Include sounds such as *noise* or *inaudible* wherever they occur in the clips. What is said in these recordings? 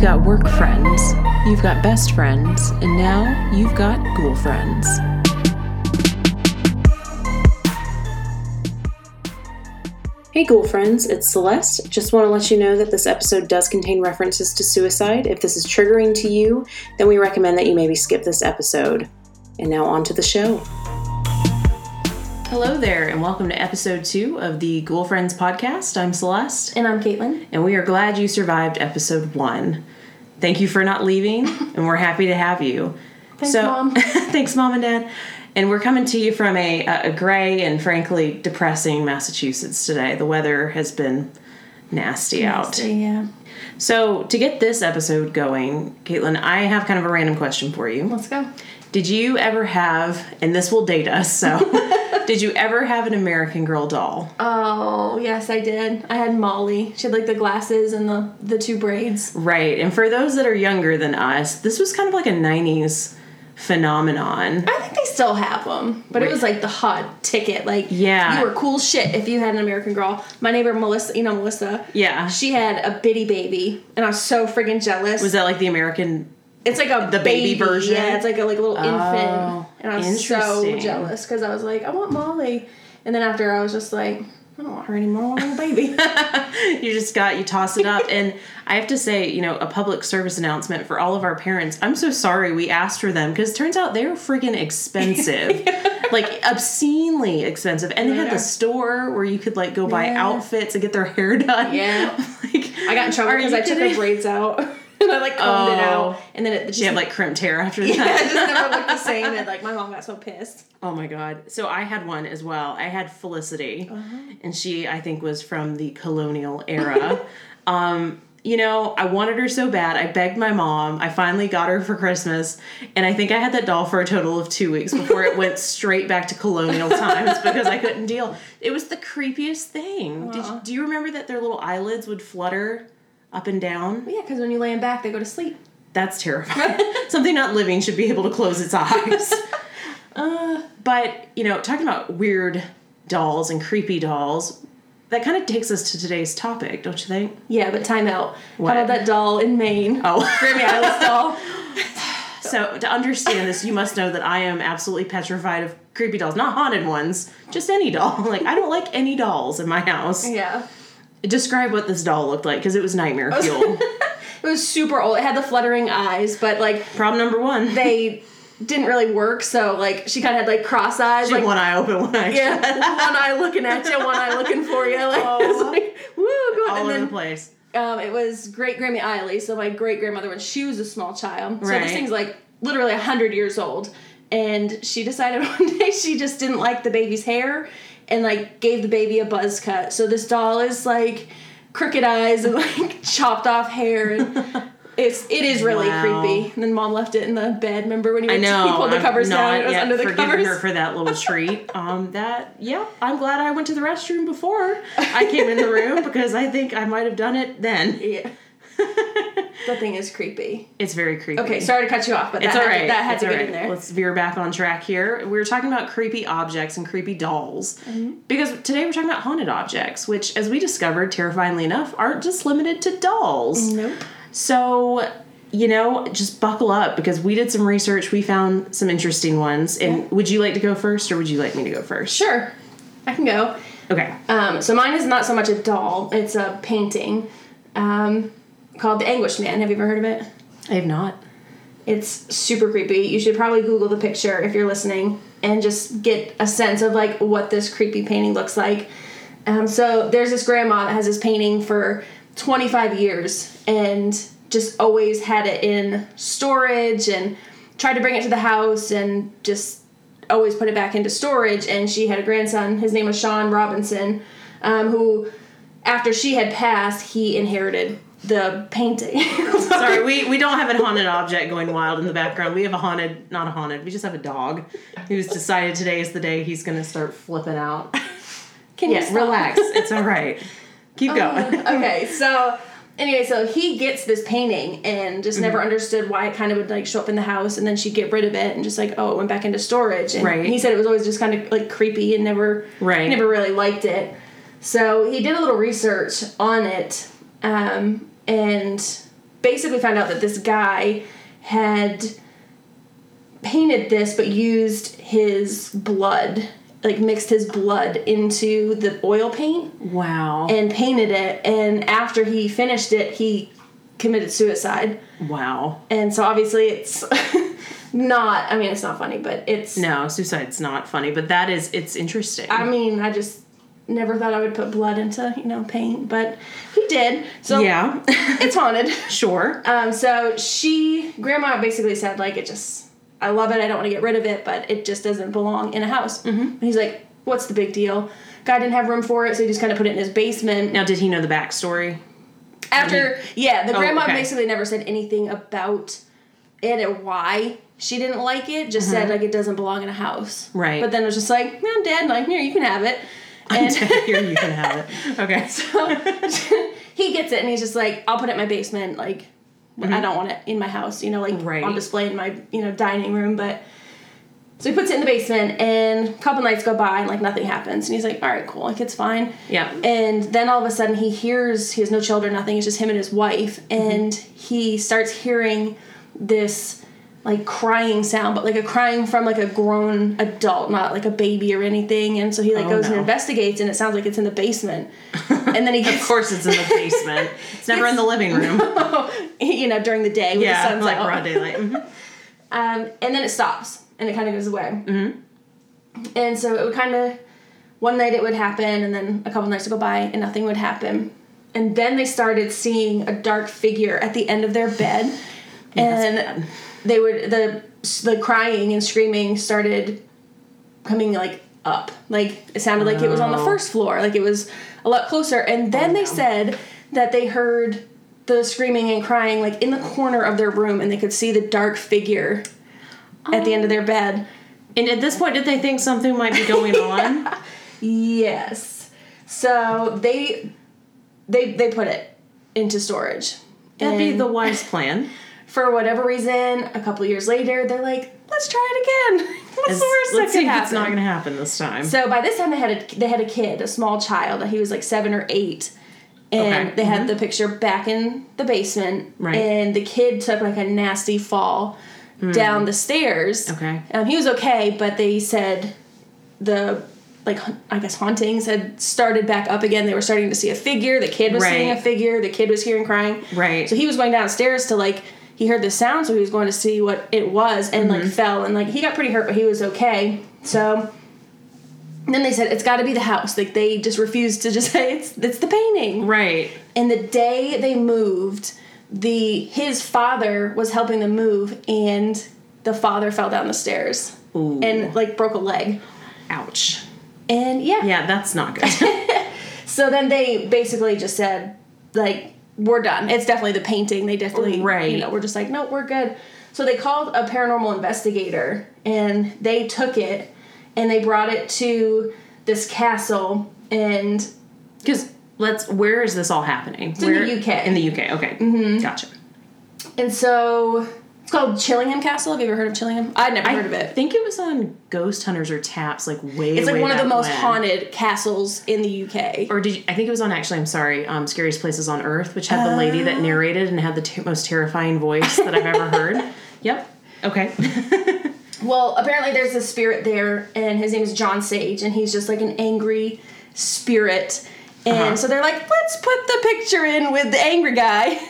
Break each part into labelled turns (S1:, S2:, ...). S1: got work friends, you've got best friends, and now you've got ghoul friends. Hey, ghoul friends, it's Celeste. Just want to let you know that this episode does contain references to suicide. If this is triggering to you, then we recommend that you maybe skip this episode. And now on to the show. Hello there, and welcome to episode two of the Ghoul Friends podcast. I'm Celeste.
S2: And I'm Caitlin.
S1: and we are glad you survived episode one. Thank you for not
S2: *laughs*
S1: leaving, and we're happy to have you.
S2: Thanks, Mom.
S1: *laughs* thanks, Mom and Dad. And we're coming to you from a, a gray and frankly depressing Massachusetts today. The weather has been nasty out.
S2: Yeah.
S1: So, to get this episode going, Caitlin, I have kind of a random question for you.
S2: Let's go.
S1: Did you ever have, and this will date us,
S2: *laughs*
S1: so, *laughs* did you ever have an American Girl doll?
S2: Oh, yes, I did. I had Molly. She had like the glasses and the, the two braids.
S1: Right. And for those that are younger than us, this was kind of like a 90s phenomenon.
S2: I think they still have them, but it was like the hot ticket. Like,
S1: Yeah.
S2: you were cool shit if you had an American Girl. My neighbor Melissa, you know Melissa.
S1: Yeah.
S2: She had a bitty baby, and I was so freaking jealous.
S1: Was that like the American? *laughs*
S2: it's like a
S1: the baby version?
S2: Yeah, it's like a like little
S1: Oh,
S2: infant, and I was so
S1: interesting.
S2: jealous because I was like, I want Molly, and then after I was just like, I don't want her anymore. I want a
S1: *laughs*
S2: baby.
S1: You just got, you toss it up. and I have to say, you know, a public service announcement for all of our parents. I'm so sorry we asked for them because turns out they're freaking
S2: *laughs*
S1: expensive. Like obscenely expensive, and they had
S2: Yeah.
S1: the store where you could like go buy
S2: Yeah.
S1: outfits and get their hair done.
S2: Yeah.
S1: *laughs* like
S2: I got in trouble
S1: are
S2: because
S1: you
S2: I took
S1: kidding?
S2: her braids out *laughs* and I like combed
S1: Oh.
S2: it out, and then it just,
S1: She had like crimped hair after that.
S2: *laughs* it just never looked *laughs* the same. And like my mom got so pissed.
S1: Oh my god. So I had one as well. I had Felicity. And she I think was from the colonial era. um you know, I wanted her so bad. I begged my mom. I finally got her for Christmas, and I think I had that doll for a total of 2 weeks before it went straight back to colonial times because I couldn't deal. It was the creepiest thing. Did you, do you remember that their little eyelids would flutter up and down?
S2: But yeah, because when you lay them back, they go to sleep.
S1: That's terrifying. *laughs* Something not living should be able to close its
S2: *laughs*
S1: eyes. Uh, but, you know, talking about weird dolls and creepy dolls, that kind of takes us to today's topic, don't you think?
S2: Yeah, but time out.
S1: What?
S2: How about that doll in Maine? *laughs*
S1: Oh,
S2: Grammy Isles doll.
S1: so to understand this, you must know that I am absolutely petrified of creepy dolls, not haunted ones, just any doll. *laughs* Like, I don't like any dolls in my house.
S2: *laughs* Yeah.
S1: Describe what this doll looked like because it was
S2: *laughs*
S1: nightmare fuel.
S2: It was super old. It had the fluttering eyes, but like
S1: Problem number one.
S2: they didn't really work. So like she kind of had like cross eyes, like
S1: one eye open, one eye shut.
S2: yeah, *laughs* one eye looking at you, one eye looking for you. *laughs* Like, it was like woo, go
S1: all
S2: and
S1: over
S2: then
S1: the place.
S2: um, it was great Grammy Isley, so my great grandmother when she was a small child. So
S1: Right.
S2: this thing's like literally hundred years old, and she decided *laughs* one day she just didn't like the baby's hair, and like gave the baby a buzz cut. So this doll is like crooked eyes and *laughs* like chopped off hair. And, It's it is really
S1: Wow.
S2: creepy. And then mom left it in the bed. Remember when you
S1: I
S2: went
S1: know.
S2: to, you pulled the
S1: I'm
S2: covers
S1: not
S2: down? and It was
S1: yet
S2: under the
S1: forgiving
S2: covers.
S1: her for that little treat. Um, that yeah, I'm glad I went to the restroom before I came in the
S2: *laughs*
S1: room because I think I might have done it then.
S2: *laughs*
S1: *laughs*
S2: yeah, the thing is creepy.
S1: It's very creepy.
S2: Okay, sorry to cut you off, but
S1: It's
S2: that,
S1: all
S2: had,
S1: right.
S2: to- that had
S1: It's
S2: to
S1: all
S2: get in
S1: right.
S2: there.
S1: Let's veer back on track here. We were talking about creepy objects and creepy dolls
S2: Mm-hmm.
S1: because today we're talking about haunted objects, which, as we discovered, terrifyingly enough, aren't just limited to dolls.
S2: nope.
S1: So, you know, just buckle up because we did some research. We found some interesting ones. And
S2: Yeah.
S1: would you like to go first or would you like me to go first?
S2: Sure, I can go.
S1: Okay.
S2: Um, so mine is not so much a doll; it's a painting um, called "The Anguish Man." Have you ever heard of it?
S1: I have not.
S2: It's super creepy. You should probably Google the picture if you're listening and just get a sense of like what this creepy painting looks like. Um, so there's this grandma that has this painting for 25 years and just always had it in storage and tried to bring it to the house and just always put it back into storage. And she had a grandson. His name was Sean Robinson, um, who after she had passed, he inherited the painting.
S1: *laughs*
S2: *laughs*
S1: Sorry, we, we don't have a haunted object going wild in the background. We have a haunted, not a haunted, we just have a dog who's decided today is the day he's going to start flipping *laughs* out.
S2: Can you
S1: Yeah,
S2: stop?
S1: relax. It's all right. Keep going. *laughs*
S2: Oh, okay, so anyway, so he gets this painting and just
S1: Mm-hmm.
S2: never understood why it kind of would like show up in the house and then she'd get rid of it and just like, oh, it went back into storage. And
S1: Right.
S2: he said it was always just kind of like creepy and never
S1: Right.
S2: never really liked it. So he did a little research on it. Um, and basically found out that this guy had painted this but used his blood, like mixed his blood into the oil paint
S1: Wow.
S2: and painted it. And after he finished it, he committed suicide.
S1: wow.
S2: And so obviously it's *laughs* not, I mean, it's not funny, but it's,
S1: No, suicide's not funny, but that is it's interesting.
S2: I mean, I just never thought I would put blood into, you know, paint, but he did. So
S1: yeah.
S2: *laughs* it's haunted.
S1: sure.
S2: Um, so she, grandma basically said, like, it just, I love it. I don't want to get rid of it, but it just doesn't belong in a house. Mm-hmm. And he's like, what's the big deal? Guy didn't have room for it, so he just kind of put it in his basement.
S1: Now, did he know the backstory?
S2: After, yeah, the
S1: Oh,
S2: grandma
S1: okay.
S2: basically never said anything about it or why she didn't like it. Just said like it doesn't belong in a house.
S1: Uh-huh. Right.
S2: But then it was just like, no, I'm dead. Like here, you can have it. And *laughs*
S1: Here, you can have it. *laughs* Okay.
S2: he gets it, and he's just like, I'll put it in my basement. Like I don't want it in my house. You know, like
S1: Mm-hmm. Right.
S2: on display in my you know dining room, but. So he puts it in the basement, and a couple nights go by, and like nothing happens. And he's like, "All right, cool, like it's fine."
S1: *laughs* Yeah.
S2: And then all of a sudden he hears he has no children, nothing. It's just him and his wife,
S1: Mm-hmm.
S2: and he starts hearing this like crying sound, but like a crying from like a grown adult, not like a baby or anything. And so he like
S1: Oh,
S2: goes
S1: no.
S2: and investigates, and it sounds like it's in the
S1: *laughs*
S2: basement. and then he
S1: Of
S2: gets
S1: course, it's in the basement. It's never in the living *laughs* room.
S2: *laughs* you know during the day when the
S1: yeah,
S2: sun's
S1: like
S2: out.
S1: broad daylight. Mhm.
S2: Um, and then it stops and it kind of goes away. Mm-hmm. And so it would kind of, one night it would happen, and then a couple nights would go by, and nothing would happen. And then they started seeing a dark figure at the end of their bed, and they would the the crying and screaming started coming like up, like it sounded like it was on the
S1: Oh.
S2: first floor, like it was a lot closer. And then they said that they heard the screaming and crying like in the corner of their room, and they could see the dark figure at the end of their bed.
S1: And at this point, did they think something might be *laughs* going on?
S2: Yes. So they they they put it into storage.
S1: That'd be
S2: And
S1: the wise plan.
S2: for whatever reason, a couple years later, they're like, let's try it again. *laughs* What's
S1: As-
S2: the worst
S1: let's
S2: that
S1: see
S2: could
S1: if
S2: happen?
S1: it's not going to happen this time.
S2: so by this time they had a they had a kid, a small child. He was like seven or eight. And
S1: Okay. Mm-hmm.
S2: they had the picture back in the basement.
S1: Right. Hmm.
S2: And the kid took like a nasty fall down the stairs.
S1: okay.
S2: Um, he was okay, but they said the like ha- I guess hauntings had started back up again. They were starting to see a figure. The kid was seeing a
S1: Right.
S2: figure. The kid was hearing crying.
S1: Right.
S2: So he was going downstairs to like he heard the sound, so he was going to see what it was, and
S1: Mm-hmm.
S2: like fell and like he got pretty hurt, but he was okay. So. Then they said it's got to be the house. Like they just refused to just *laughs* say it's it's the painting.
S1: Right.
S2: And the day they moved, the his father was helping them move, and the father fell down the stairs
S1: Ooh.
S2: and like broke a leg.
S1: Ouch.
S2: And yeah.
S1: Yeah, that's not *laughs* good.
S2: so then they basically just said like we're done. It's definitely the painting. They definitely
S1: Right.
S2: you know we're just like no we're good. So they called a paranormal investigator and they took it and they brought it to this castle and
S1: Because let's. Where is this all happening?
S2: in the
S1: Where-
S2: UK.
S1: In the UK. Okay. Mm-hmm. Gotcha.
S2: and so it's called Chillingham Castle. Have you ever heard of Chillingham? I'd never
S1: I
S2: heard of it.
S1: think it was on Ghost Hunters or Taps, like way.
S2: It's like
S1: way
S2: one of the
S1: back
S2: most
S1: when.
S2: haunted castles in the UK.
S1: Or did you, I think it was on? Actually, I'm sorry. Um, Scariest Places on Earth, which had the lady
S2: Oh.
S1: that narrated and had the t- most terrifying voice that I've ever
S2: *laughs*
S1: heard. Yep. Okay. *laughs*
S2: Well, apparently there's a spirit there, and his name is John Sage, and he's just like an angry spirit. And
S1: Uh-huh.
S2: so they're like, let's put the picture in with the angry guy. *laughs*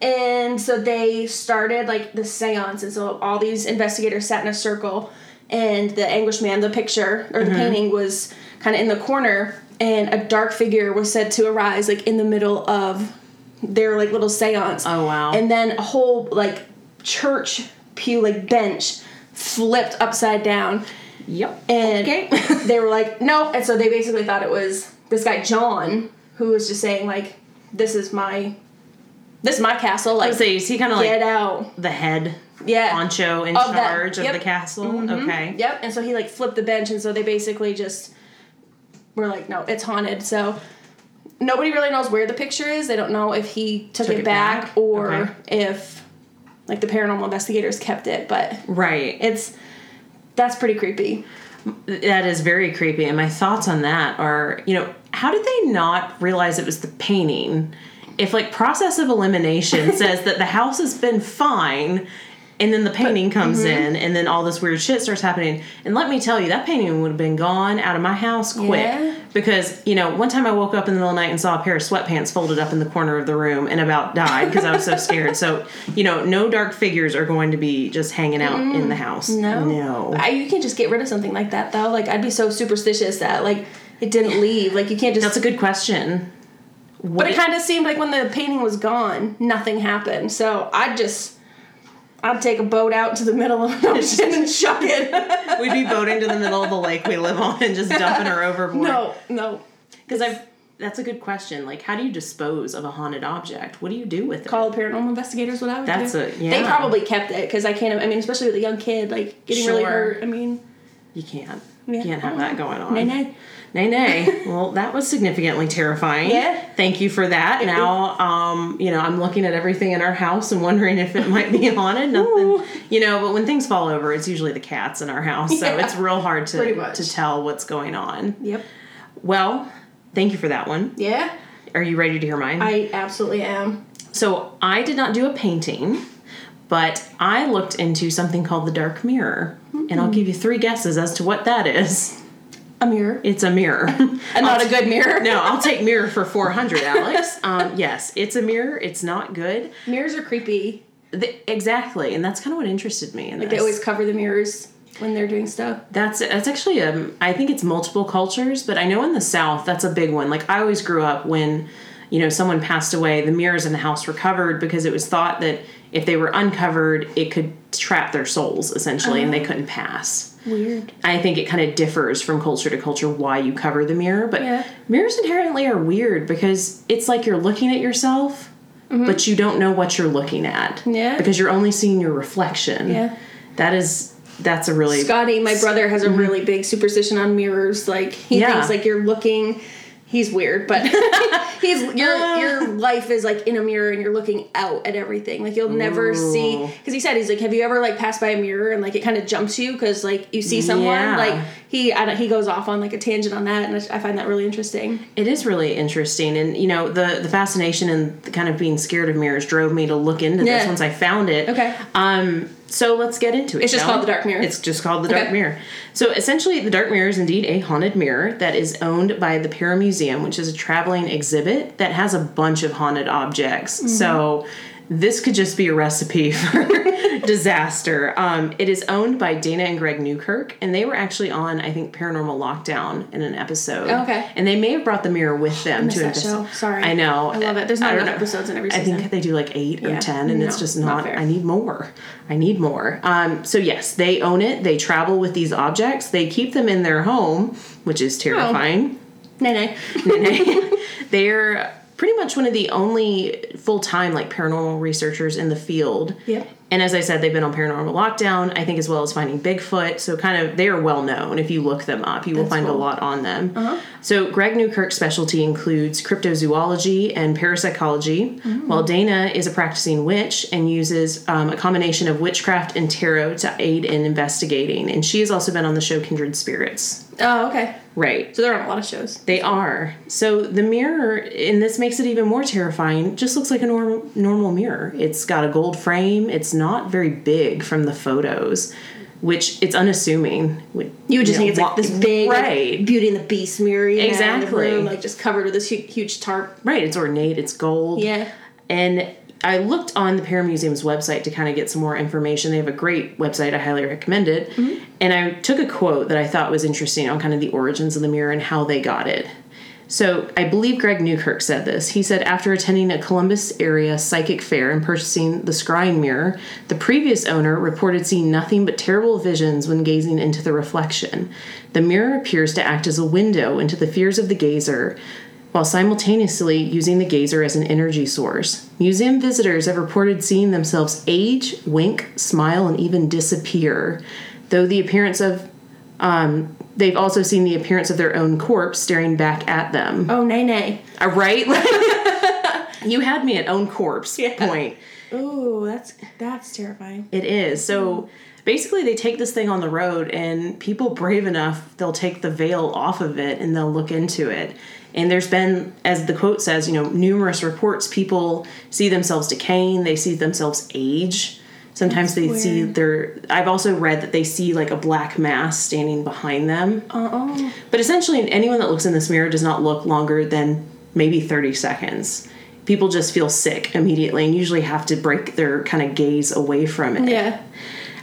S2: and so they started like the seance, and so all these investigators sat in a circle, and the anguish man, the picture or the
S1: Mm-hmm.
S2: painting was kind of in the corner, and a dark figure was said to arise like in the middle of their like little seance.
S1: Oh, wow.
S2: And then a whole like church pew like bench flipped upside down
S1: yep.
S2: and
S1: Okay.
S2: *laughs* they were like no and so they basically thought it was this guy john who was just saying like this is my this is my castle like
S1: so is he kind of like
S2: get out
S1: the head
S2: yeah
S1: honcho in
S2: Of that-
S1: charge
S2: yep. Mm-hmm.
S1: of the castle? Okay.
S2: yep and so he like flipped the bench and so they basically just were like no it's haunted so nobody really knows where the picture is they don't know if he took, it,
S1: it
S2: back,
S1: back?
S2: or
S1: Okay.
S2: if like the paranormal investigators kept it but
S1: Right.
S2: it's that's pretty creepy
S1: That is very creepy. And my thoughts on that are, you know, how did they not realize it was the painting if like process of
S2: *laughs*
S1: elimination says that the house has been fine and then the painting comes
S2: mm-hmm.
S1: in and then all this weird shit starts happening and let me tell you that painting would have been gone out of my house quick
S2: Yeah.
S1: because you know one time i woke up in the middle of the night and saw a pair of sweatpants folded up in the corner of the room and about died because i was
S2: *laughs*
S1: so scared so you know no dark figures are going to be just hanging out in the house
S2: Mm, No.
S1: no
S2: I, you can't just get rid of something like that though. Like I'd be so superstitious that like it didn't leave. Like you can't just.
S1: that's a good question what
S2: but it kind of seemed like when the painting was gone, nothing happened. So I'd just. I'd take a boat out to the middle of an ocean and chuck it.
S1: We'd be boating to the middle of the lake we live on and just dumping her overboard.
S2: *laughs* no, no.
S1: because I've. That's a good question. Like, how do you dispose of a haunted object? What do you do with it?
S2: Call the paranormal investigators. What I would
S1: That's
S2: do.
S1: a- yeah.
S2: They probably kept it because I can't. I mean, especially with a young kid, like getting really
S1: Sure.
S2: hurt. I mean,
S1: You can't.
S2: Yeah.
S1: You can't have that going on.
S2: nay, nay.
S1: Nay, nay. well, that was significantly terrifying.
S2: Yeah.
S1: Thank you for that. Now, um, you know, I'm looking at everything in our house and wondering if it might
S2: *laughs*
S1: be haunted. Nothing,
S2: Ooh.
S1: you know. But when things fall over, it's usually the cats in our house, so
S2: Yeah.
S1: it's real hard
S2: Pretty
S1: to
S2: much.
S1: to tell what's going on.
S2: Yep.
S1: Well, thank you for that one.
S2: Yeah.
S1: Are you ready to hear mine?
S2: I absolutely am.
S1: So I did not do a painting, but I looked into something called the dark mirror. And I'll give you three guesses as to what that is.
S2: A mirror.
S1: It's a mirror.
S2: *laughs* And not a good mirror.
S1: no, I'll take mirror
S2: *laughs*
S1: for 400, Alex. Um, yes, it's a mirror. It's not good.
S2: Mirrors are creepy.
S1: The- exactly. And that's kind of what interested me in this.
S2: They always cover the mirrors when they're doing stuff.
S1: That's that's actually um I think it's multiple cultures, but I know in the South that's a big one. Like I always grew up when, you know, someone passed away, the mirrors in the house were covered because it was thought that if they were uncovered, it could trap their souls essentially, and they
S2: Uh-huh.
S1: couldn't pass.
S2: Weird.
S1: I think it kind of differs from culture to culture why you cover the mirror, but
S2: Yeah.
S1: mirrors inherently are weird because it's like you're looking at yourself, but you don't know what you're looking at.
S2: Mm-hmm. Yeah.
S1: Because you're only seeing your reflection.
S2: Yeah.
S1: That is that's a really
S2: Scotty, my brother, has a really big superstition on mirrors. Like he
S1: Mm-hmm. Yeah.
S2: thinks like you're looking. He's weird, but *laughs* he's
S1: *laughs*
S2: your your life is like in a mirror and you're looking out at everything. Like you'll never see
S1: Ooh.
S2: because he said he's like, have you ever like passed by a mirror and like it kind of jumps you because like you see someone
S1: Yeah.
S2: like he I don't, he goes off on like a tangent on that and I, I find that really interesting.
S1: It is really interesting, and you know the the fascination and the kind of being scared of mirrors drove me to look into this
S2: Yeah.
S1: once I found it.
S2: Okay.
S1: Um. So let's get into it.
S2: It's just
S1: shall
S2: called
S1: we?
S2: the dark mirror.
S1: It's just called the dark
S2: Okay.
S1: mirror. So essentially, the dark mirror is indeed a haunted mirror that is owned by the Para Museum, which is a traveling exhibit that has a bunch of haunted objects.
S2: Mm-hmm.
S1: So. This could just be a recipe *laughs* for disaster. Um, it is owned by Dana and Greg Newkirk, and they were actually on, I think, Paranormal Lockdown in an episode.
S2: Oh, Okay.
S1: And they may have brought the mirror with them
S2: miss
S1: to
S2: that
S1: invest-
S2: show. Sorry.
S1: I know.
S2: I love it. There's not
S1: don't
S2: enough
S1: know.
S2: episodes in every
S1: I
S2: season.
S1: think they do like eight or
S2: Yeah.
S1: ten, and it's
S2: No,
S1: just
S2: not
S1: not.
S2: fair.
S1: I need more. I need more. Um, so yes, they own it. They travel with these objects. They keep them in their home, which is terrifying.
S2: No, no.
S1: *laughs* They're pretty much one of the only full time like paranormal researchers in the field.
S2: Yep.
S1: And as I said, they've been on Paranormal Lockdown, I think, as well as Finding Bigfoot. So, kind of, they are well known. If you look them up, you will find a
S2: cool.
S1: lot on them. So, Greg Newkirk's specialty includes cryptozoology and parapsychology, while Dana is a practicing witch and uses um, a combination of witchcraft and tarot to aid in investigating. And she has also been on the show Kindred Spirits.
S2: Oh, okay.
S1: Right.
S2: So they're on a lot of shows.
S1: They are. So the mirror, and this makes it even more terrifying, just looks like a norm, normal mirror. It's got a gold frame. It's not very big from the photos, which it's unassuming. You
S2: You would just think it's like
S1: wa-
S2: this big, like,
S1: Right.
S2: Beauty and the Beast mirror, you know, in the
S1: Exactly.
S2: room, like just covered with this huge, huge tarp.
S1: Right. It's ornate. It's gold.
S2: Yeah.
S1: And I looked on the Pear Museum's website to kind of get some more information. They have a great website. I highly recommend it.
S2: Mm-hmm.
S1: And I took a quote that I thought was interesting on kind of the origins of the mirror and how they got it. So I believe Greg Newkirk said this. He said, after attending a Columbus area psychic fair and purchasing the scrying mirror, the previous owner reported seeing nothing but terrible visions when gazing into the reflection. The mirror appears to act as a window into the fears of the gazer while simultaneously using the gazer as an energy source. Museum visitors have reported seeing themselves age, wink, smile, and even disappear, though the appearance of um, they've also seen the appearance of their own corpse staring back at them.
S2: Oh, nay, nay.
S1: Uh, Right? *laughs* Like- you had me at own corpse
S2: Yeah.
S1: point.
S2: Ooh, that's that's terrifying.
S1: It is. So basically they take this thing on the road and people brave enough they'll take the veil off of it and they'll look into it and there's been as the quote says you know numerous reports people see themselves decaying they see themselves age sometimes they see their i've also read that they see like a black mass standing behind them
S2: Uh-oh.
S1: but essentially, anyone that looks in this mirror does not look longer than maybe 30 seconds. People just feel sick immediately and usually have to break their kind of gaze away from it.
S2: Yeah.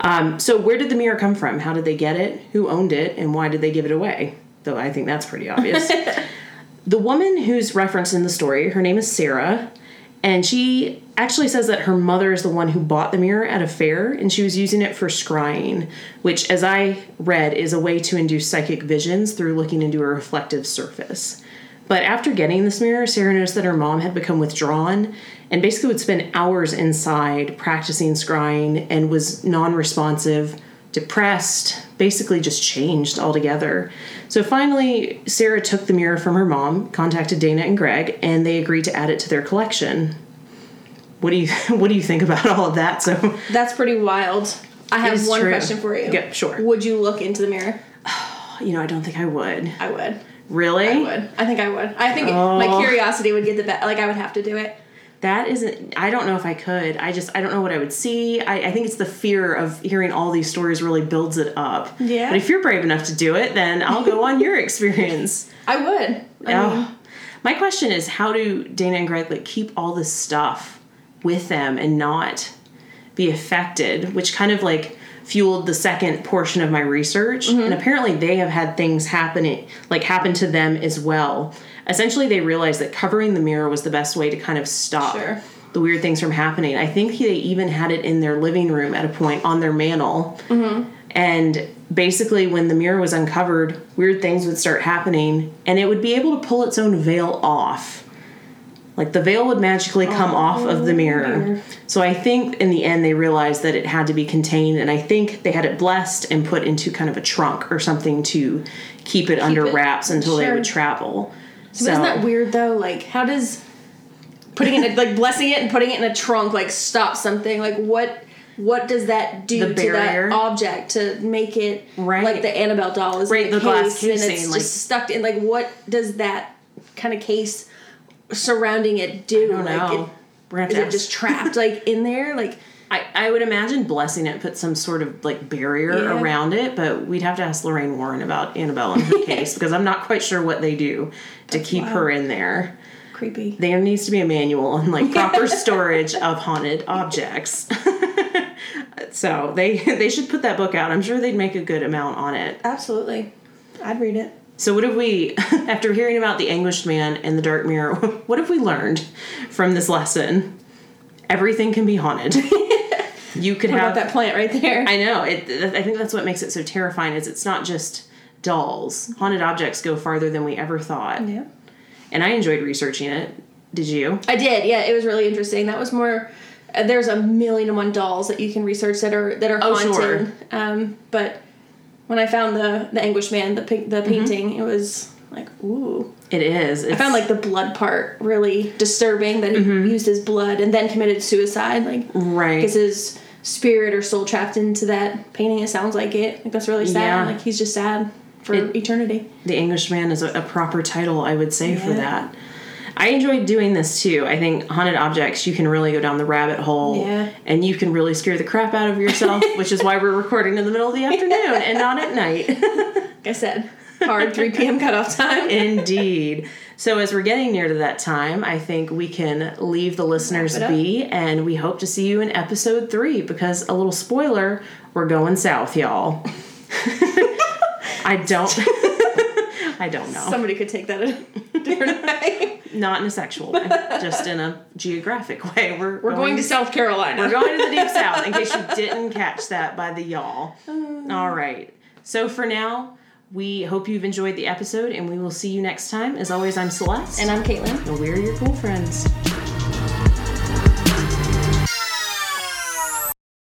S1: Um, so, where did the mirror come from? How did they get it? Who owned it? And why did they give it away? Though I think that's pretty obvious. the woman who's referenced in the story, her name is Sarah, and she actually says that her mother is the one who bought the mirror at a fair and she was using it for scrying, which, as I read, is a way to induce psychic visions through looking into a reflective surface. But after getting this mirror, Sarah noticed that her mom had become withdrawn and basically would spend hours inside practicing scrying and was non responsive, depressed, basically just changed altogether. So finally, Sarah took the mirror from her mom, contacted Dana and Greg, and they agreed to add it to their collection. What do you *laughs* what do you think about all of that? So
S2: That's pretty wild. I
S1: It
S2: have
S1: is
S2: one
S1: true.
S2: question for you.
S1: Yeah, sure.
S2: Would you look into the mirror?
S1: you know, I don't think I would.
S2: I would.
S1: Really?
S2: I would. I think I would. I think my
S1: Oh.
S2: curiosity would get the best. Like I would have to do it.
S1: That isn't. I don't know if I could. I just. I don't know what I would see. I, I think it's the fear of hearing all these stories really builds it up.
S2: Yeah.
S1: But if you're brave enough to do it, then I'll go on your *laughs* experience.
S2: I would. I mean,
S1: Oh. My question is, how do Dana and Greg like keep all this stuff with them and not be affected? Which kind of like fueled the second portion of my research. And apparently, they have had things happening like happen to them as well. Essentially, they realized that covering the mirror was the best way to kind of stop
S2: Sure.
S1: the weird things from happening. I think they even had it in their living room at a point on their mantle. And basically, when the mirror was uncovered, weird things would start happening, and it would be able to pull its own veil off. Like the veil would magically come
S2: Oh,
S1: off of the mirror. So I think in the end they realized that it had to be contained, and I think they had it blessed and put into kind of a trunk or something to keep it under
S2: it-
S1: wraps until they
S2: sure.
S1: would travel. So
S2: but isn't that weird though? Like how does putting it in a, like blessing it and putting it in a trunk like stop something? Like what? What does that do
S1: The
S2: to that
S1: barrier?
S2: object to make it
S1: Right.
S2: like the Annabelle doll is
S1: Right,
S2: in a
S1: the glass
S2: case and it's
S1: casing, like-
S2: just stuck in? Like what does that kind of case surrounding it do?
S1: I don't
S2: like
S1: know.
S2: It,
S1: We're gonna have
S2: is
S1: to
S2: it
S1: ask-
S2: just trapped like in
S1: *laughs*
S2: there? Like
S1: I, I would imagine blessing it put some sort of like barrier
S2: Yeah.
S1: around it, but we'd have to ask Lorraine Warren about Annabelle in
S2: *laughs*
S1: her case because I'm not quite sure what they do to keep her in there.
S2: creepy.
S1: There needs to be a manual on like
S2: *laughs*
S1: proper storage of haunted objects. *laughs* so they they should put that book out. I'm sure they'd make a good amount on it.
S2: Absolutely, I'd read it.
S1: So what have we *laughs* after hearing about the anguished man and the dark mirror, *laughs* what have we learned from this lesson? Everything can be haunted. *laughs* You could
S2: What
S1: have
S2: about that plant right there?
S1: I know. It, th- I think that's what makes it so terrifying. Is it's not just dolls. Haunted objects go farther than we ever thought.
S2: yeah.
S1: And I enjoyed researching it. Did you?
S2: I did. Yeah, it was really interesting. That was more. uh, There's a million and one dolls that you can research that are that are
S1: Oh,
S2: haunted.
S1: sure.
S2: Um, but when I found the the anguish man, the
S1: Mm-hmm.
S2: pink, the painting, it was like ooh.
S1: It is. It's,
S2: I found like the blood part really disturbing that he used his blood and then committed suicide. Like
S1: Mm-hmm. right.
S2: is his spirit or soul trapped into that painting? It sounds like it. Like that's really sad.
S1: Yeah.
S2: Like he's just sad for
S1: It-
S2: eternity.
S1: The Englishman is a, a proper title, I would say, for
S2: Yeah.
S1: that. I enjoyed doing this too. I think haunted objects, you can really go down the rabbit hole
S2: Yeah.
S1: and you can really scare the crap out of yourself, which is why we're recording in the middle of the afternoon and not at night.
S2: Like I said, hard 3 p.m. *laughs* cutoff time.
S1: Indeed. So, as we're getting near to that time, I think we can leave the listeners
S2: Wrap it up.
S1: be, and we hope to see you in episode three because, a little spoiler, we're going south, y'all. *laughs* I don't. *laughs* I don't know.
S2: Somebody could take that a different way.
S1: Not in a sexual way, just in a geographic way. We're
S2: We're going to South Carolina.
S1: we're going to the deep south in case you didn't catch that by the y'all.
S2: Uh.
S1: All right. So for now, we hope you've enjoyed the episode, and we will see you next time. As always, I'm Celeste,
S2: And I'm Caitlin.
S1: and we're your cool friends.